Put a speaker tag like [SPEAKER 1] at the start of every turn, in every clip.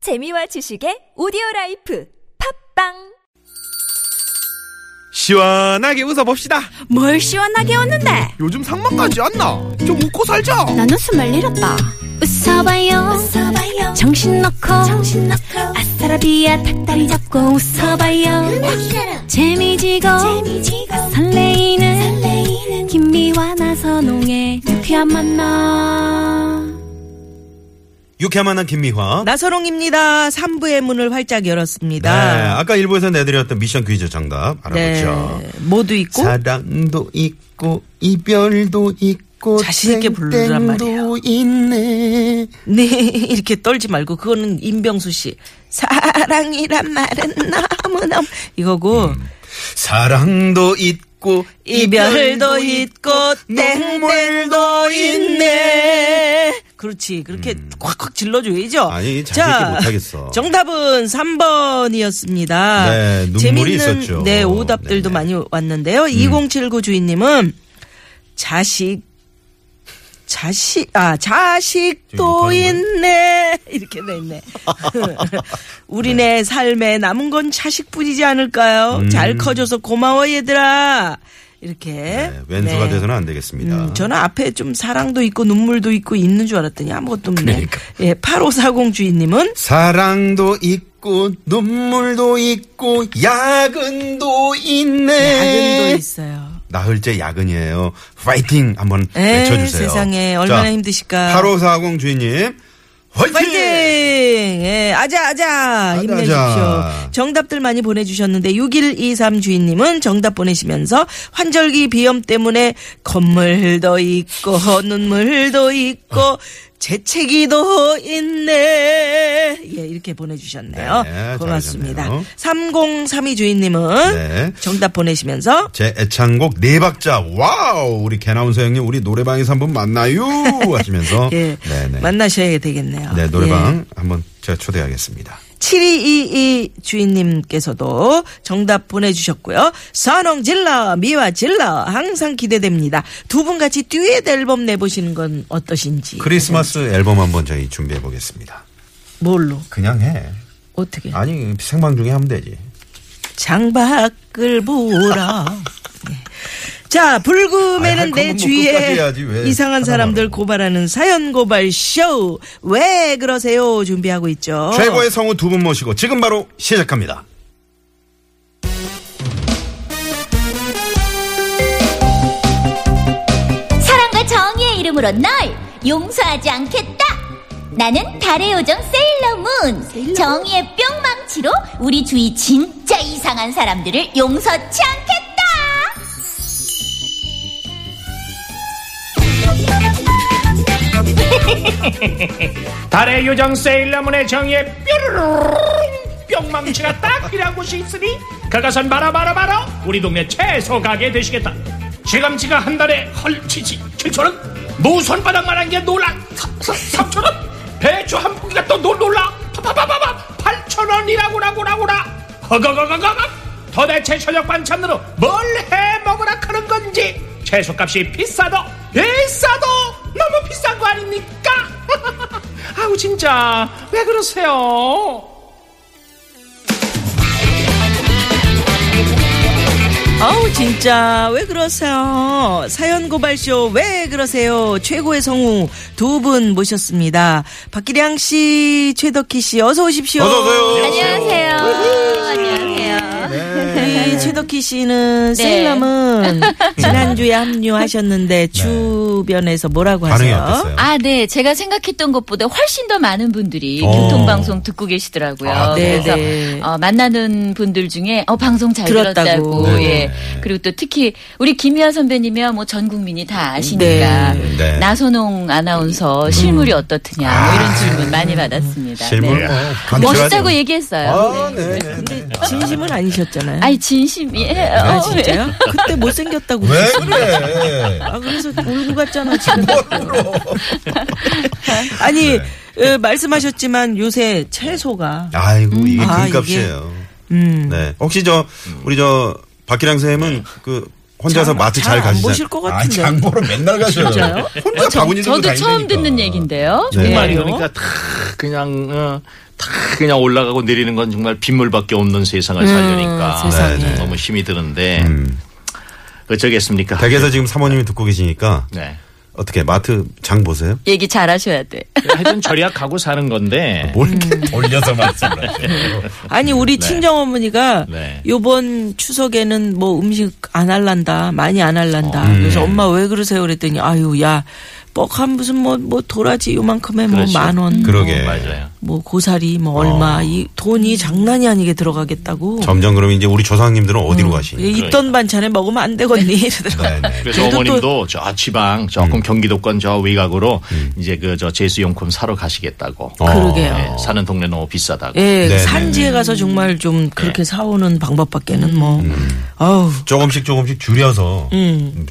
[SPEAKER 1] 재미와 지식의 오디오 라이프 팝빵
[SPEAKER 2] 시원하게 웃어봅시다.
[SPEAKER 3] 뭘 시원하게 웃는데
[SPEAKER 2] 요즘 상만까지 안 나. 좀 웃고 살자.
[SPEAKER 3] 난 웃음을 잃었다
[SPEAKER 4] 웃어봐요. 웃어봐요. 정신 놓고. 정신 놓고. 아싸라비아 닭다리 잡고 웃어봐요. 재미지고. 재미지고. 설레이는. 설레이는. 김미와 나선홍의 유쾌한 만남.
[SPEAKER 5] 유쾌한 만남 김미화.
[SPEAKER 6] 나서롱입니다. 3부의 문을 활짝
[SPEAKER 5] 네.
[SPEAKER 6] 열었습니다.
[SPEAKER 5] 아까 일부에서 내드렸던 미션 퀴즈 정답 알아보죠.
[SPEAKER 6] 네, 모두 있고
[SPEAKER 5] 사랑도 있고 이별도 있고
[SPEAKER 6] 자신 있게 부르란 말이에요.
[SPEAKER 5] 땡땡도 있네.
[SPEAKER 6] 네 이렇게 떨지 말고 그거는 임병수 씨 사랑이란 말은 너무너무 이거고
[SPEAKER 5] 음. 사랑도 있고
[SPEAKER 6] 이별도 있고 땡땡도 있네. 그렇지 그렇게 콱콱 질러줘야죠.
[SPEAKER 5] 음. 아니, 자신 있게 못하겠어.
[SPEAKER 6] 정답은 3번이었습니다.
[SPEAKER 5] 네, 눈물이 있었죠.
[SPEAKER 6] 네
[SPEAKER 5] 네네.
[SPEAKER 6] 오답들도
[SPEAKER 5] 음.
[SPEAKER 6] 많이 왔는데요. 2079 주인님은 자식 자식 아 자식도
[SPEAKER 5] 저기 못
[SPEAKER 6] 있네 이렇게 돼있네 우리네 삶에 남은 건 자식뿐이지 않을까요
[SPEAKER 5] 음.
[SPEAKER 6] 잘 커져서 고마워 얘들아 이렇게
[SPEAKER 5] 네, 왼수가
[SPEAKER 6] 네.
[SPEAKER 5] 돼서는 아. 안 되겠습니다.
[SPEAKER 6] 음, 저는 앞에 좀 사랑도 있고 눈물도 있고 있는 줄 알았더니 아무것도 없네
[SPEAKER 5] 그러니까.
[SPEAKER 6] 예, 8540 주인님은
[SPEAKER 5] 사랑도 있고 눈물도 있고 야근도 있네.
[SPEAKER 6] 야근도 있어요
[SPEAKER 5] 나흘째 야근이에요. 파이팅 한번
[SPEAKER 6] 에이,
[SPEAKER 5] 외쳐주세요.
[SPEAKER 6] 예, 세상에, 얼마나 힘드실까.
[SPEAKER 5] 8540 주인님 화이팅!
[SPEAKER 6] 파이팅! 예, 아자, 아자!
[SPEAKER 5] 아자,
[SPEAKER 6] 힘내십시오.
[SPEAKER 5] 아자.
[SPEAKER 6] 정답들 많이 보내주셨는데, 6123 주인님은 정답 보내시면서, 환절기 비염 때문에 건물도 있고, 눈물도 있고, 재채기도 있네. 예, 이렇게 보내주셨네요.
[SPEAKER 5] 네,
[SPEAKER 6] 고맙습니다.
[SPEAKER 5] 잘하셨네요.
[SPEAKER 6] 3032 주인님은
[SPEAKER 5] 네.
[SPEAKER 6] 정답 보내시면서,
[SPEAKER 5] 제 애창곡 네 박자 와우 우리 개나운서 형님 우리 노래방에서 한번 만나요 하시면서
[SPEAKER 6] 예,
[SPEAKER 5] 네네
[SPEAKER 6] 만나셔야 되겠네요.
[SPEAKER 5] 네
[SPEAKER 6] 예.
[SPEAKER 5] 노래방 한번 제가 초대하겠습니다.
[SPEAKER 6] 7222 주인님께서도 정답 보내주셨고요. 선홍 질러, 미화 질러, 항상 기대됩니다. 두 분 같이 듀엣 앨범 내보시는 건 어떠신지.
[SPEAKER 5] 크리스마스 앨범 한번 저희 준비해 보겠습니다.
[SPEAKER 6] 뭘로?
[SPEAKER 5] 그냥 해
[SPEAKER 6] 어떻게?
[SPEAKER 5] 아니 생방 중에 하면 되지.
[SPEAKER 6] 장밖을 보라. 네. 자, 불금에는
[SPEAKER 5] 아니, 할
[SPEAKER 6] 내
[SPEAKER 5] 거면 뭐 끝까지
[SPEAKER 6] 주위에
[SPEAKER 5] 해야지. 왜
[SPEAKER 6] 이상한
[SPEAKER 5] 하나만
[SPEAKER 6] 사람들
[SPEAKER 5] 하고.
[SPEAKER 6] 고발하는 사연 고발 쇼. 왜 그러세요? 준비하고 있죠.
[SPEAKER 5] 최고의 성우 두 분 모시고 지금 바로 시작합니다.
[SPEAKER 7] 사랑과 정의의 이름으로 널 용서하지 않겠다. 나는 달의 요정 세일러문. 정의의 뿅망치로 우리 주위 진짜 이상한 사람들을 용서치 않겠다.
[SPEAKER 8] 달의 요정 세일러문의 정의에 뾰루룽 뿅망치가 딱이라는 곳이 있으니 그것은 바로 바로 바로 우리 동네 채소 가게 되시겠다 시금치가 한 달에 헐치지 7천원 무손바닥만한 게 놀라 3천원 배추 한 포기가 또 놀- 놀라 파파파파파 8천원이라고 라고 라고 라 허거거거거거 도대체 저녁 반찬으로 뭘 해먹으라 그런 건지 채소값이 비싸도 비싸도 너무 비싼 거 아닙니까? 아우 진짜 왜 그러세요?
[SPEAKER 6] 아우 진짜 왜 그러세요 사연 고발쇼 왜 그러세요 최고의 성우 두 분 모셨습니다 박기량 씨 최덕희 씨 어서 오십시오
[SPEAKER 5] 어서 오세요.
[SPEAKER 7] 안녕하세요. 안녕하세요. 네.
[SPEAKER 6] 이 네, 최덕희 씨는 셀럼은 지난주에 합류하셨는데 주변에서 뭐라고
[SPEAKER 5] 네. 반응이
[SPEAKER 6] 하세요
[SPEAKER 5] 어땠어요?
[SPEAKER 9] 아, 네. 제가 생각했던 것보다 훨씬 더 많은 분들이
[SPEAKER 5] 어.
[SPEAKER 9] 교통방송 듣고 계시더라고요.
[SPEAKER 5] 아, 네,
[SPEAKER 9] 그래서
[SPEAKER 6] 네.
[SPEAKER 9] 어, 만나는 분들 중에 어, 방송 잘
[SPEAKER 6] 들었다고.
[SPEAKER 9] 들었다고.
[SPEAKER 5] 네,
[SPEAKER 9] 예.
[SPEAKER 5] 네.
[SPEAKER 9] 그리고 또 특히 우리 김희아 선배님이야 뭐 전 국민이 다 아시니까
[SPEAKER 5] 네. 음. 네.
[SPEAKER 9] 나선홍 아나운서 실물이 어떻느냐 뭐
[SPEAKER 5] 아.
[SPEAKER 9] 이런 질문 많이 받았습니다.
[SPEAKER 5] 실물
[SPEAKER 9] 네.
[SPEAKER 5] 뭐
[SPEAKER 9] 멋있다고 얘기했어요.
[SPEAKER 5] 아, 네. 네.
[SPEAKER 6] 근데 진심은 아니셨잖아요
[SPEAKER 9] 아니 진심이에요.
[SPEAKER 6] 아,
[SPEAKER 5] 네.
[SPEAKER 6] 진짜요? 그때 못생겼다고
[SPEAKER 5] 왜
[SPEAKER 6] 그랬어요?
[SPEAKER 5] 그래?
[SPEAKER 6] 아 그래서 울고 갔잖아 지금 아니
[SPEAKER 5] 네.
[SPEAKER 6] 어, 말씀하셨지만 요새 채소가
[SPEAKER 5] 아이고 이게
[SPEAKER 6] 아,
[SPEAKER 5] 금값이에요.
[SPEAKER 6] 음.
[SPEAKER 5] 네. 혹시 저 우리 저 박기량 쌤은 그 혼자서
[SPEAKER 6] 장-
[SPEAKER 5] 마트
[SPEAKER 6] 잘
[SPEAKER 5] 잘
[SPEAKER 6] 안
[SPEAKER 5] 가시잖아요.
[SPEAKER 6] 보실 것 같은데.
[SPEAKER 5] 아, 장보러 맨날 가셔요.
[SPEAKER 6] 진짜요?
[SPEAKER 5] 혼자 바구니 들고
[SPEAKER 9] 저도 처음
[SPEAKER 5] 다니니까.
[SPEAKER 9] 듣는 얘기인데요.
[SPEAKER 5] 아, 네.
[SPEAKER 9] 예.
[SPEAKER 8] 정말이 그러니까 탁 그냥 어,
[SPEAKER 10] 다 그냥 올라가고 내리는 건 정말 빗물밖에 없는 세상을 살려니까
[SPEAKER 6] 음, 세상에. 음.
[SPEAKER 10] 네, 네. 너무 힘이 드는데 어쩌겠습니까?
[SPEAKER 5] 댁에서 지금 사모님이 듣고 계시니까
[SPEAKER 10] 네.
[SPEAKER 5] 어떻게 마트 장 보세요?
[SPEAKER 9] 얘기 잘하셔야 돼.
[SPEAKER 10] 하여튼 절약하고 사는 건데
[SPEAKER 5] 뭘 이렇게 돌려서 말씀을 하세요?
[SPEAKER 6] 아니 우리
[SPEAKER 5] 네.
[SPEAKER 6] 친정 어머니가
[SPEAKER 10] 네.
[SPEAKER 6] 요번 추석에는 뭐 음식 안 할란다 많이 안 할란다
[SPEAKER 5] 어.
[SPEAKER 6] 그래서
[SPEAKER 5] 네.
[SPEAKER 6] 엄마 왜 그러세요 그랬더니 아유 야 뻑한 무슨 뭐 뭐 도라지 요만큼에
[SPEAKER 10] 그렇죠.
[SPEAKER 6] 뭐 만원
[SPEAKER 5] 그러게. 어.
[SPEAKER 10] 맞아요.
[SPEAKER 6] 뭐 고사리 뭐 얼마 이 돈이 장난이 아니게 들어가겠다고
[SPEAKER 5] 점점 그럼 이제 우리 조상님들은 어디로
[SPEAKER 6] 이게
[SPEAKER 5] 가시니?
[SPEAKER 6] 있던 반찬에 먹으면 안 되겠니 이러더라고
[SPEAKER 5] 그러니까. 네, 네.
[SPEAKER 10] 그래서
[SPEAKER 6] 그래도 음.
[SPEAKER 10] 어머님도 저 지방 조금 경기도권 저 외곽으로 이제 그 저 제수용품 사러 가시겠다고.
[SPEAKER 5] 어.
[SPEAKER 6] 그러게요.
[SPEAKER 10] 네, 사는 동네 너무 비싸다고.
[SPEAKER 6] 예
[SPEAKER 5] 네,
[SPEAKER 6] 산지에 가서 정말 좀 그렇게 사오는 방법밖에는 뭐
[SPEAKER 5] 음.
[SPEAKER 6] 아우
[SPEAKER 5] 조금씩 조금씩 줄여서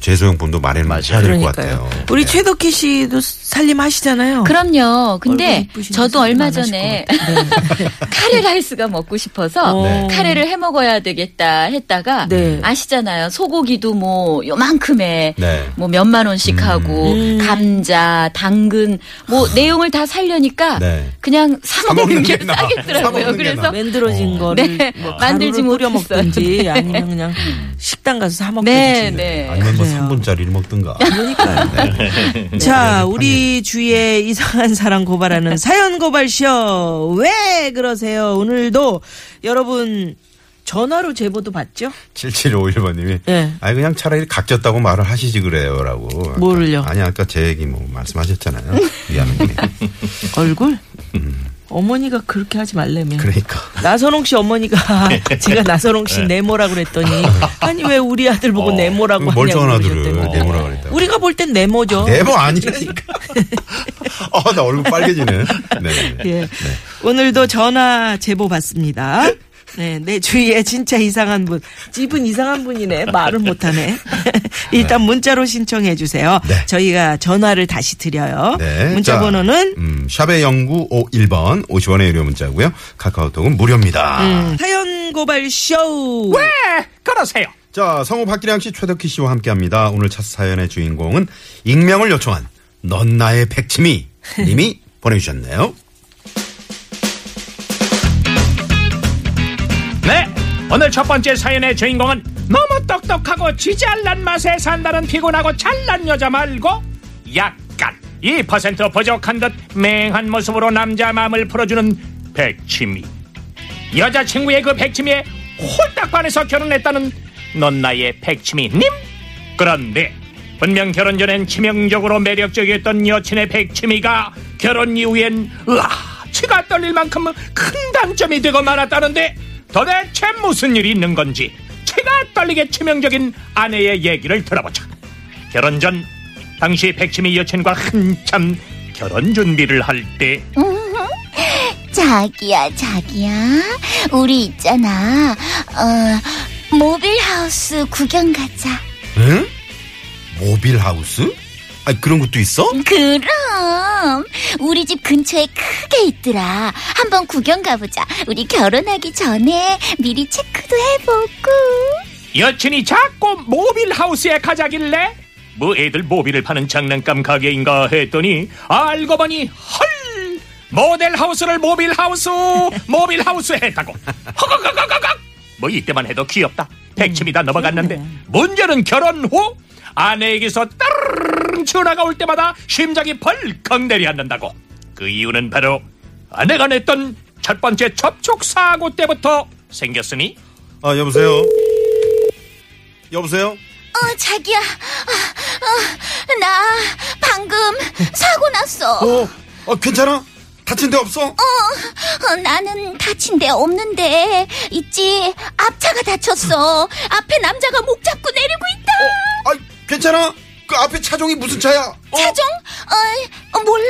[SPEAKER 5] 제소용품도 마련을 해야 될 것 같아요.
[SPEAKER 6] 음.
[SPEAKER 5] 네.
[SPEAKER 6] 그러니까요 우리 최덕희 씨도 살림하시잖아요
[SPEAKER 9] 그럼요.
[SPEAKER 6] 어. 얼굴
[SPEAKER 9] 근데
[SPEAKER 6] 이쁘신
[SPEAKER 9] 저도
[SPEAKER 6] 분들은
[SPEAKER 9] 얼마
[SPEAKER 6] 안 하실
[SPEAKER 9] 전에
[SPEAKER 6] 것 같아요.
[SPEAKER 9] 카레 라이스가 먹고 싶어서
[SPEAKER 6] 네.
[SPEAKER 9] 카레를 해 먹어야 되겠다 했다가
[SPEAKER 5] 음.
[SPEAKER 6] 네.
[SPEAKER 9] 아시잖아요. 소고기도 뭐 요만큼에
[SPEAKER 5] 네.
[SPEAKER 9] 뭐 몇만 원씩 하고 감자, 당근 뭐 내용을 다 살려니까
[SPEAKER 5] 네.
[SPEAKER 9] 그냥 사 먹는 게
[SPEAKER 5] 게 나아. 사
[SPEAKER 9] 싸겠더라고요.
[SPEAKER 5] 먹는 게 나아.
[SPEAKER 9] 그래서
[SPEAKER 6] 만들어진 거를
[SPEAKER 9] 네,
[SPEAKER 6] 뭐
[SPEAKER 9] 만들지
[SPEAKER 6] 가루를 뿌려
[SPEAKER 9] 못했어요.
[SPEAKER 6] 먹든지 아니면 그냥 식당 가서 사 먹든지.
[SPEAKER 9] 네, 네.
[SPEAKER 5] 아니면 뭐
[SPEAKER 6] 그래요. 네.
[SPEAKER 5] 3분짜리를 먹든가. 네.
[SPEAKER 6] 자, 우리 주위에 이상한 사람 고발하는 사연 고발쇼. 왜 그러세요? 오늘도 여러분 전화로 제보도 받죠?
[SPEAKER 5] 7751번님이
[SPEAKER 6] 예.
[SPEAKER 5] 아니 그냥 차라리 각졌다고 말을 하시지 그래요라고.
[SPEAKER 6] 뭐를요?
[SPEAKER 5] 아니 아까 제 얘기 뭐 말씀하셨잖아요. 미안해.
[SPEAKER 6] 얼굴? 어머니가 그렇게 하지 말래며.
[SPEAKER 5] 그러니까.
[SPEAKER 6] 나선홍 씨 어머니가 제가 나선홍 씨 네모라고 그랬더니 아니 왜 우리 아들 보고 네모라고 하냐고
[SPEAKER 5] 멀쩡한 아들을
[SPEAKER 6] 그러셨대요.
[SPEAKER 5] 어, 네모라 그랬다.
[SPEAKER 6] 우리가 볼 땐 네모죠.
[SPEAKER 5] 네모 아니라니까. 아, 나 얼굴 빨개지네. 네.
[SPEAKER 6] 예. 오늘도 전화 제보 받습니다. 네, 내 주위에 진짜 이상한 분. 집은 이상한 분이네. 말을 못하네. 일단 문자로 신청해 주세요.
[SPEAKER 5] 네.
[SPEAKER 6] 저희가 전화를 다시 드려요.
[SPEAKER 5] 네.
[SPEAKER 6] 문자
[SPEAKER 5] 자,
[SPEAKER 6] 번호는
[SPEAKER 5] 음, 샵의 0951번 50원의 유료 문자고요. 카카오톡은 무료입니다.
[SPEAKER 6] 음. 사연 고발 쇼.
[SPEAKER 8] 네, 그러세요.
[SPEAKER 5] 자, 성우 박기량 씨, 최덕희 씨와 함께 합니다. 오늘 첫 사연의 주인공은 익명을 요청한 넌 나의 백치미 님이 보내주셨네요.
[SPEAKER 8] 네, 오늘 첫 번째 사연의 주인공은 너무 똑똑하고 지잘난 맛에 산다는 피곤하고 잘난 여자 말고 약간 2% 부족한 듯 맹한 모습으로 남자 마음을 풀어주는 백치미. 여자친구의 그 백치미에 홀딱 반해서 결혼했다는 넌 나의 백치미님? 그런데 분명 결혼 전엔 치명적으로 매력적이었던 여친의 백치미가 결혼 이후엔 으아 치가 떨릴 만큼 큰 단점이 되고 말았다는데 도대체 무슨 일이 있는 건지 치가 떨리게 치명적인 아내의 얘기를 들어보자 결혼 전 당시 백치미 여친과 한참 결혼 준비를 할때
[SPEAKER 7] 자기야, 자기야. 우리 있잖아. 어, 모빌 하우스 구경 가자.
[SPEAKER 5] 응? 모빌 하우스? 아 그런 것도 있어?
[SPEAKER 7] 그럼 우리 집 근처에 크게 있더라. 한번 구경 가보자. 우리 결혼하기 전에 미리 체크도 해보고.
[SPEAKER 8] 여친이 자꾸 모빌 하우스에 가자길래 뭐 애들 모빌을 파는 장난감 가게인가 했더니 알고 보니 헐 모델 하우스를 모빌 하우스 모빌 하우스 했다고 허걱허걱허걱 뭐 이때만 해도 귀엽다 백치미다 넘어갔는데 문제는 결혼 후 아내에게서 따르르 전화가 올 때마다 심장이 벌컥 내려앉는다고 그 이유는 바로 아내가 냈던 첫 번째 접촉 사고 때부터 생겼으니
[SPEAKER 5] 아 여보세요. 여보세요.
[SPEAKER 7] 어, 자기야. 아, 아, 나 방금 사고 났어.
[SPEAKER 5] 어, 어 괜찮아? 다친 데 없어? 아,
[SPEAKER 7] 어, 나는 다친 데 없는데 있지 앞차가 다쳤어 앞에 남자가 목 잡고 내리고 있다
[SPEAKER 5] 아 괜찮아? 그 앞에 차종이 무슨 차야? 어?
[SPEAKER 7] 차종 어, 어, 몰라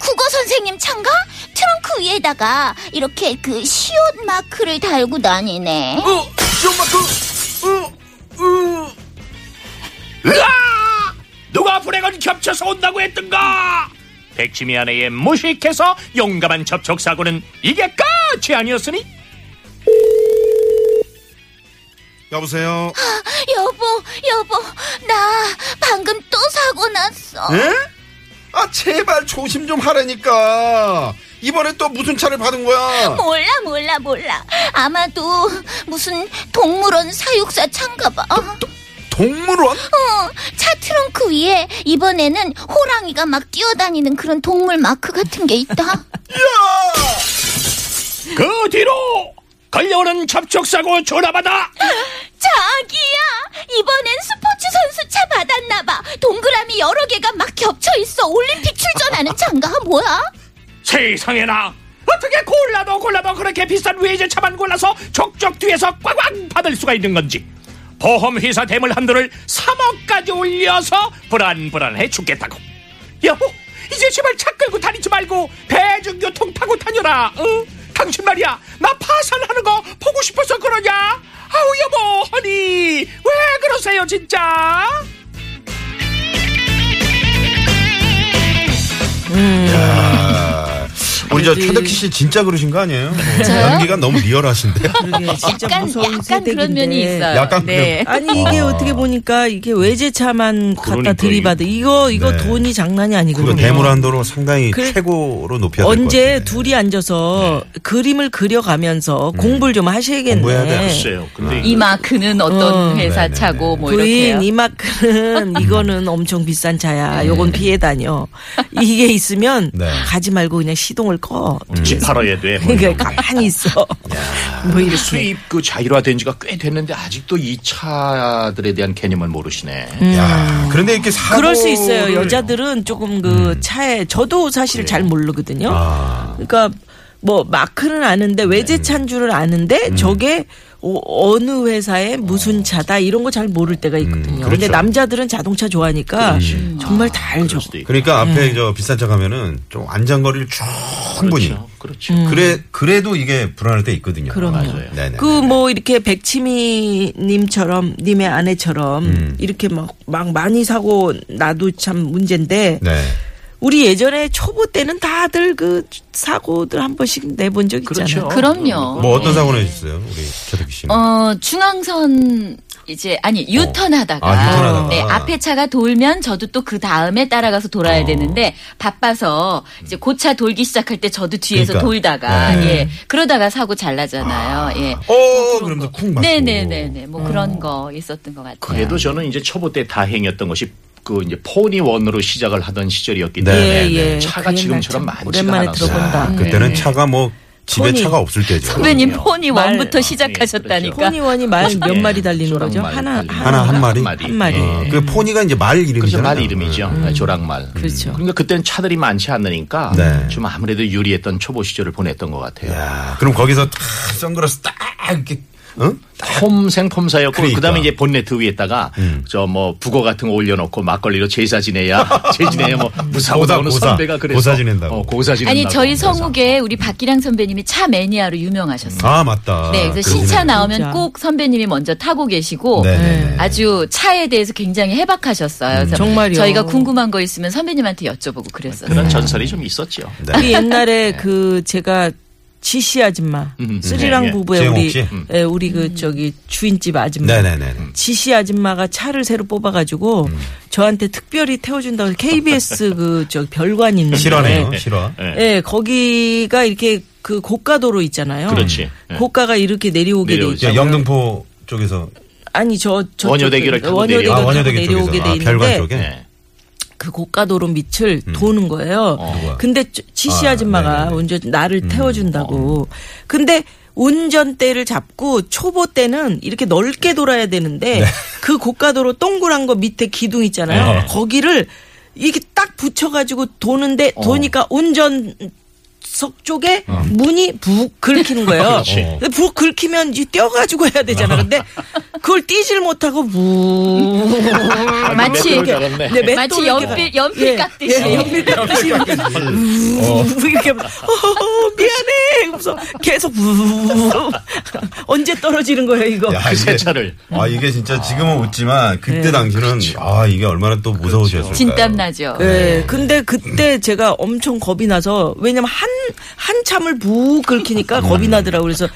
[SPEAKER 7] 국어 선생님 차인가 트렁크 위에다가 이렇게 그 시옷 마크를 달고 다니네
[SPEAKER 5] 어, 시엄마 그, 어, 어.
[SPEAKER 8] 으아! 누가 불행은 겹쳐서 온다고 했던가? 백치미 아내의 무식해서 용감한 접촉 사고는 이게 끝이 아니었으니
[SPEAKER 5] 여보세요.
[SPEAKER 7] 여보 여보 나 방금 또 사고 났어
[SPEAKER 5] 에? 아 제발 조심 좀 하라니까. 이번에 또 무슨 차를 받은 거야?
[SPEAKER 7] 몰라 몰라 몰라 아마도 무슨 동물원 사육사 차인가 봐 어,
[SPEAKER 5] 동물원?
[SPEAKER 7] 어, 차 트렁크 위에 이번에는 호랑이가 막 뛰어다니는 그런 동물 마크 같은 게 있다
[SPEAKER 8] 그 뒤로 걸려오는 접촉사고 전화받아
[SPEAKER 7] 자기야 이번엔 스포츠 선수 차 받았나 봐 동그라미 여러 개가 막 겹쳐있어 올림픽 출전하는 차인가 뭐야
[SPEAKER 8] 세상에나 어떻게 골라도 골라도 그렇게 비싼 외제차만 골라서 족족 뒤에서 꽉꽉 받을 수가 있는 건지 보험회사 대물 한도를 3억까지 올려서 불안불안해 죽겠다고 여보 이제 제발 차 끌고 다니지 말고 대중교통 타고 다녀라 응? 당신 말이야 나 파산하는 거 보고 싶어서 그러냐 아우 여보 허니 왜 그러세요 진짜
[SPEAKER 5] 야, 우리 저
[SPEAKER 6] 아, 그래도
[SPEAKER 5] 최덕희 씨 진짜 그러신 거 아니에요?
[SPEAKER 9] 저요?
[SPEAKER 5] 연기가 너무 리얼하신데.
[SPEAKER 6] 그러게 진짜
[SPEAKER 9] 약간
[SPEAKER 6] 무서운
[SPEAKER 9] 약간 그런
[SPEAKER 6] 세대인데.
[SPEAKER 9] 면이 있어요.
[SPEAKER 5] 약간
[SPEAKER 9] 네.
[SPEAKER 6] 아니 이게
[SPEAKER 5] 아.
[SPEAKER 6] 어떻게 보니까 이게 외제차만 갖다
[SPEAKER 10] 그러니까
[SPEAKER 6] 들이받아 이거 이거
[SPEAKER 5] 네.
[SPEAKER 6] 돈이 장난이
[SPEAKER 5] 그거
[SPEAKER 6] 아니거든요.
[SPEAKER 5] 대물한도로 상당히
[SPEAKER 6] 그래-
[SPEAKER 5] 최고로 높여야 될것
[SPEAKER 6] 언제
[SPEAKER 5] 같은데.
[SPEAKER 6] 둘이 앉아서 그림을 그려가면서 공부를 좀 하셔야겠네.
[SPEAKER 5] 네. 음. 공부해야 돼.
[SPEAKER 10] 글쎄요. 근데
[SPEAKER 9] 이 마크는 어떤 회사
[SPEAKER 5] 네네네.
[SPEAKER 9] 차고 뭐 이렇게요.
[SPEAKER 6] 부인 이마크는 이거는 엄청 비싼 차야. 요건 피해 다녀. 이게 있으면
[SPEAKER 5] 네.
[SPEAKER 6] 가지 말고 그냥 시동을 꺼.
[SPEAKER 10] 집 팔아야 돼. 뭐 이런
[SPEAKER 6] 그러니까 가만히 있어. 뭐
[SPEAKER 10] 그
[SPEAKER 6] 이렇게.
[SPEAKER 10] 수입 그 자율화된 지가 꽤 됐는데 아직도 이 차들에 대한 개념을 모르시네.
[SPEAKER 5] 야, 그런데 이렇게 사고
[SPEAKER 6] 음. 그럴 수 있어요. 여자들은 조금 그 차에 저도 사실 잘 모르거든요.
[SPEAKER 5] 아.
[SPEAKER 6] 그러니까 뭐 마크는 아는데 외제차인 줄을 아는데 저게 어, 느 회사의 무슨 차다 이런 거 잘 모를 때가 있거든요.
[SPEAKER 5] 그렇죠.
[SPEAKER 6] 근데 남자들은 자동차 좋아하니까 정말 다 알죠.
[SPEAKER 10] 수도 있고.
[SPEAKER 5] 그러니까
[SPEAKER 6] 네.
[SPEAKER 5] 앞에 저 비싼 차 가면은 좀 안장거리를 충분히.
[SPEAKER 10] 그렇죠. 그렇죠.
[SPEAKER 6] 음,
[SPEAKER 5] 그래 그래도 이게 불안할 때 있거든요.
[SPEAKER 6] 그럼요.
[SPEAKER 10] 맞아요.
[SPEAKER 5] 네네.
[SPEAKER 6] 그 뭐 이렇게 백치미 님처럼 님의 아내처럼
[SPEAKER 5] 음.
[SPEAKER 6] 이렇게 막, 막 많이 사고 나도 참 문제인데
[SPEAKER 5] 네.
[SPEAKER 6] 우리 예전에 초보 때는 다들 그 사고들 한 번씩 내본 적
[SPEAKER 10] 그렇죠.
[SPEAKER 6] 있잖아요.
[SPEAKER 9] 그럼요.
[SPEAKER 5] 뭐 어떤 사고 내셨어요, 우리 최덕희 씨는?
[SPEAKER 9] 어, 중앙선 이제 아니 유턴하다가,
[SPEAKER 5] 어. 아, 유턴하다가.
[SPEAKER 9] 네, 앞에 차가 돌면 저도 또 그 다음에 따라가서
[SPEAKER 5] 어.
[SPEAKER 9] 돌아야 되는데 바빠서 이제 고차 돌기 시작할 때 저도 뒤에서
[SPEAKER 5] 그러니까.
[SPEAKER 9] 돌다가
[SPEAKER 5] 네.
[SPEAKER 9] 예 그러다가 사고 잘 나잖아요. 예.
[SPEAKER 5] 어, 그러면서 쿵 맞고.
[SPEAKER 9] 네네네네
[SPEAKER 5] 어.
[SPEAKER 9] 뭐 그런 거 있었던 것 같아요.
[SPEAKER 10] 그래도 저는 이제 초보 때 다행이었던 것이 그 이제 포니 원으로 시작을 하던 시절이었기
[SPEAKER 5] 네.
[SPEAKER 10] 때문에
[SPEAKER 6] 예, 예.
[SPEAKER 10] 차가
[SPEAKER 6] 그 옛날
[SPEAKER 10] 지금처럼
[SPEAKER 6] 참
[SPEAKER 10] 많지가
[SPEAKER 6] 오랜만에
[SPEAKER 10] 않았어요.
[SPEAKER 6] 들어본다.
[SPEAKER 5] 아, 그때는 차가 뭐 집에
[SPEAKER 6] 손이-
[SPEAKER 5] 차가 없을 때죠.
[SPEAKER 9] 선배님
[SPEAKER 10] 그럼요.
[SPEAKER 9] 포니
[SPEAKER 6] 말-
[SPEAKER 9] 원부터
[SPEAKER 10] 아, 예,
[SPEAKER 9] 시작하셨다니까.
[SPEAKER 5] 그러니까.
[SPEAKER 10] 그렇죠.
[SPEAKER 6] 포니원이 말
[SPEAKER 5] 네.
[SPEAKER 6] 몇 마리 달리는 거죠? 하나,
[SPEAKER 5] 하나 한 마리?
[SPEAKER 6] 한 마리. 음.
[SPEAKER 5] 어, 그 포니가 이제 그렇죠, 말
[SPEAKER 10] 네. 그죠
[SPEAKER 5] 이름이잖아요.
[SPEAKER 10] 말 이름이죠. 네, 조랑말.
[SPEAKER 6] 그렇죠.
[SPEAKER 10] 러니까 그때는 차들이 많지 않으니까
[SPEAKER 5] 네.
[SPEAKER 10] 좀 아무래도 유리했던 초보 시절을 보냈던 것 같아요.
[SPEAKER 5] 어. 야, 그럼 거기서 딱 선글라스 딱 이렇게 어? 응?
[SPEAKER 10] 폼생 폼사였고
[SPEAKER 5] 그러니까. 음.
[SPEAKER 10] 그다음에 이제 본네트 위에다가 저 뭐 북어 같은 거 올려놓고 막걸리로 제사 지내야 제 지내야 뭐 무사고
[SPEAKER 5] 고사,
[SPEAKER 10] 나오는
[SPEAKER 5] 고사.
[SPEAKER 10] 선배가 그래서
[SPEAKER 5] 고사 지낸다고.
[SPEAKER 10] 어, 고사 지낸다고
[SPEAKER 9] 아니 저희
[SPEAKER 10] 그래서.
[SPEAKER 9] 성욱에 우리 박기량 선배님이 차 매니아로 유명하셨어요.
[SPEAKER 5] 아, 맞다.
[SPEAKER 9] 네, 그래서
[SPEAKER 5] 그러시네.
[SPEAKER 9] 신차 나오면
[SPEAKER 6] 진짜.
[SPEAKER 9] 꼭 선배님이 먼저 타고 계시고
[SPEAKER 5] 네네네.
[SPEAKER 9] 아주 차에 대해서 굉장히 해박하셨어요. 그래서
[SPEAKER 6] 정말요.
[SPEAKER 9] 저희가 궁금한 거 있으면 선배님한테 여쭤보고 그랬었어요.
[SPEAKER 10] 그런 전설이 좀 있었죠.
[SPEAKER 5] 네.
[SPEAKER 6] 우리 옛날에 그 제가 지시 아줌마
[SPEAKER 10] 음,
[SPEAKER 6] 스리랑
[SPEAKER 10] 네, 예.
[SPEAKER 6] 부부의
[SPEAKER 5] 지영
[SPEAKER 6] 우리
[SPEAKER 5] 혹시?
[SPEAKER 6] 예, 우리 그 저기 주인집 아줌마
[SPEAKER 5] 네네네.
[SPEAKER 6] 지시 아줌마가 차를 새로 뽑아가지고
[SPEAKER 5] 음.
[SPEAKER 6] 저한테 특별히 태워준다고 해서 KBS 그 저 별관 있는데
[SPEAKER 5] 실화네요, 실화.
[SPEAKER 10] 예.
[SPEAKER 6] 예, 거기가 이렇게 그 고가도로 있잖아요. 네.
[SPEAKER 10] 그렇지. 예.
[SPEAKER 5] 네.
[SPEAKER 6] 고가가 이렇게 내려오게 돼
[SPEAKER 10] 내려오죠.
[SPEAKER 6] 있죠.
[SPEAKER 5] 저 영등포 쪽에서
[SPEAKER 6] 아니 저, 저
[SPEAKER 10] 원효대교를 타고
[SPEAKER 6] 원효대교
[SPEAKER 10] 내려-
[SPEAKER 5] 아,
[SPEAKER 10] 내려오게
[SPEAKER 5] 원효대교
[SPEAKER 6] 내려오게
[SPEAKER 5] 쪽에서
[SPEAKER 6] 돼
[SPEAKER 5] 아,
[SPEAKER 6] 있는데
[SPEAKER 5] 별관 쪽에. 음.
[SPEAKER 10] 예.
[SPEAKER 6] 그 고가도로 밑을 도는 거예요.
[SPEAKER 5] 어.
[SPEAKER 6] 근데 저- 지시
[SPEAKER 5] 아,
[SPEAKER 6] 아, 줌마가
[SPEAKER 5] 네네네.
[SPEAKER 6] 운전
[SPEAKER 10] 음.
[SPEAKER 6] 나를
[SPEAKER 10] 어.
[SPEAKER 6] 태워준다고. 근데 운전대를 잡고 초보 때는 이렇게 넓게 돌아야 되는데
[SPEAKER 10] 네.
[SPEAKER 6] 그 고가도로 동그란 거 밑에 기둥 있잖아요.
[SPEAKER 5] 네.
[SPEAKER 6] 거기를 이게 렇딱 붙여가지고 도는데
[SPEAKER 10] 어.
[SPEAKER 6] 도니까 운전 석 쪽에 문이 북 긁히는 거예요.
[SPEAKER 10] 그렇지.
[SPEAKER 6] 근데 북 긁히면 이제 뛰어가지고 해야 되잖아. 근데 그걸 뛰질 못하고 북
[SPEAKER 10] 아,
[SPEAKER 9] 마치
[SPEAKER 10] 맷돌을 달았네.
[SPEAKER 6] 네, 맷돌을
[SPEAKER 9] 마치
[SPEAKER 6] 이렇게
[SPEAKER 9] 연필
[SPEAKER 6] 예,
[SPEAKER 9] 연필 깎듯이
[SPEAKER 6] 예, 연필 깎듯이 이렇게 우- 이렇게 하면, 어, 미안해. 그래서 계속 우- 언제 떨어지는 거예요 이거?
[SPEAKER 5] 야,
[SPEAKER 10] 그
[SPEAKER 5] 이게-
[SPEAKER 10] 세차를.
[SPEAKER 5] 아, 이게 진짜 지금은 웃지만 그때 당시는 아, 이게 얼마나 또 무서우셨을까.
[SPEAKER 9] 네. 진땀 나죠.
[SPEAKER 6] 예, 근데 그때 제가 엄청 겁이 나서 왜냐면 한 한참을 북 긁히니까
[SPEAKER 10] 음.
[SPEAKER 6] 겁이 나더라고 그래서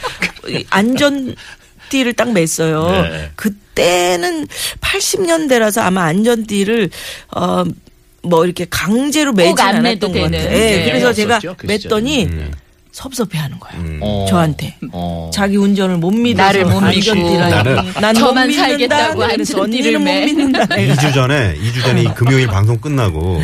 [SPEAKER 6] 이 안전띠를 딱 맸어요.
[SPEAKER 10] 네.
[SPEAKER 6] 그때는 80년대라서 아마 안전띠를 어. 뭐 이렇게 강제로 매진
[SPEAKER 9] 꼭안
[SPEAKER 6] 않았던
[SPEAKER 9] 매도
[SPEAKER 6] 것 같아요.
[SPEAKER 9] 되는.
[SPEAKER 6] 예,
[SPEAKER 9] 네.
[SPEAKER 6] 그래서 제가
[SPEAKER 10] 없었죠, 그
[SPEAKER 6] 맸더니 섭섭해하는 거야.
[SPEAKER 5] 음.
[SPEAKER 10] 어.
[SPEAKER 6] 저한테
[SPEAKER 10] 어.
[SPEAKER 6] 자기 운전을 못 믿어서
[SPEAKER 9] 나를 못
[SPEAKER 6] 안
[SPEAKER 9] 믿고.
[SPEAKER 6] 믿는다.
[SPEAKER 5] 나는-
[SPEAKER 6] 난못
[SPEAKER 9] 저만
[SPEAKER 6] 믿는다.
[SPEAKER 9] 살겠다고
[SPEAKER 6] 그래서 언니를
[SPEAKER 9] 안전띠를
[SPEAKER 6] 못
[SPEAKER 9] 매.
[SPEAKER 6] 믿는다.
[SPEAKER 5] 이 주 전에 이 주 전에
[SPEAKER 6] 네.
[SPEAKER 5] 이 금요일 방송 끝나고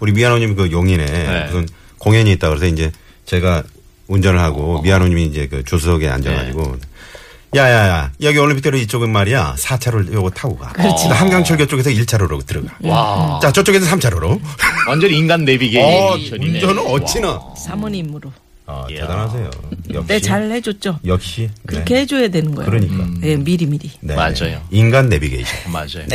[SPEAKER 5] 우리 미아노님 그 용인에
[SPEAKER 10] 네.
[SPEAKER 5] 무슨 공연이 있다 그래서 이제 제가 운전을 하고 미아노님이 이제 그 조수석에 앉아가지고
[SPEAKER 10] 네.
[SPEAKER 5] 야야야 여기 올림픽대로 이쪽은 말이야 4차로를 요거 타고 가.
[SPEAKER 6] 그렇죠.
[SPEAKER 5] 그렇지. 한강철교 쪽에서 1차로로 들어가.
[SPEAKER 6] 예.
[SPEAKER 10] 와.
[SPEAKER 5] 자 저쪽에서 3차로.
[SPEAKER 10] 완전 인간 내비게이션이네.
[SPEAKER 5] 운전은 어, 어찌나
[SPEAKER 6] 사모님으로.
[SPEAKER 5] 아, 대단하세요. 역시
[SPEAKER 6] 네, 잘 해줬죠.
[SPEAKER 5] 역시
[SPEAKER 6] 그렇게
[SPEAKER 5] 그렇죠. 네.
[SPEAKER 6] 해줘야 되는 거예요.
[SPEAKER 5] 그러니까
[SPEAKER 6] 예, 미리 미리.
[SPEAKER 5] 네.
[SPEAKER 10] 맞아요.
[SPEAKER 5] 인간 내비게이션.
[SPEAKER 10] 맞아요.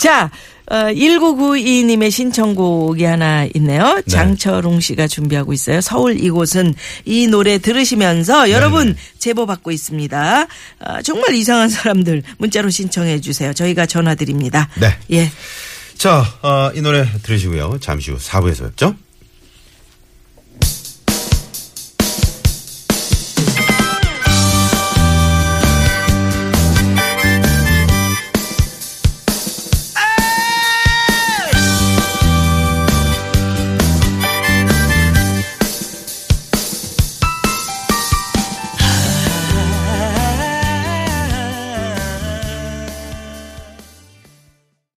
[SPEAKER 6] 자, 어, 1992님의 신청곡이 하나 있네요. 장철웅 씨가 준비하고 있어요. 서울 이곳은 이 노래 들으시면서
[SPEAKER 5] 네.
[SPEAKER 6] 여러분 제보 받고 있습니다. 아, 정말 이상한 사람들 문자로 신청해 주세요. 저희가 전화 드립니다.
[SPEAKER 5] 네.
[SPEAKER 6] 예.
[SPEAKER 5] 자, 어, 이 노래 들으시고요. 잠시 후 4부에서 뵙죠.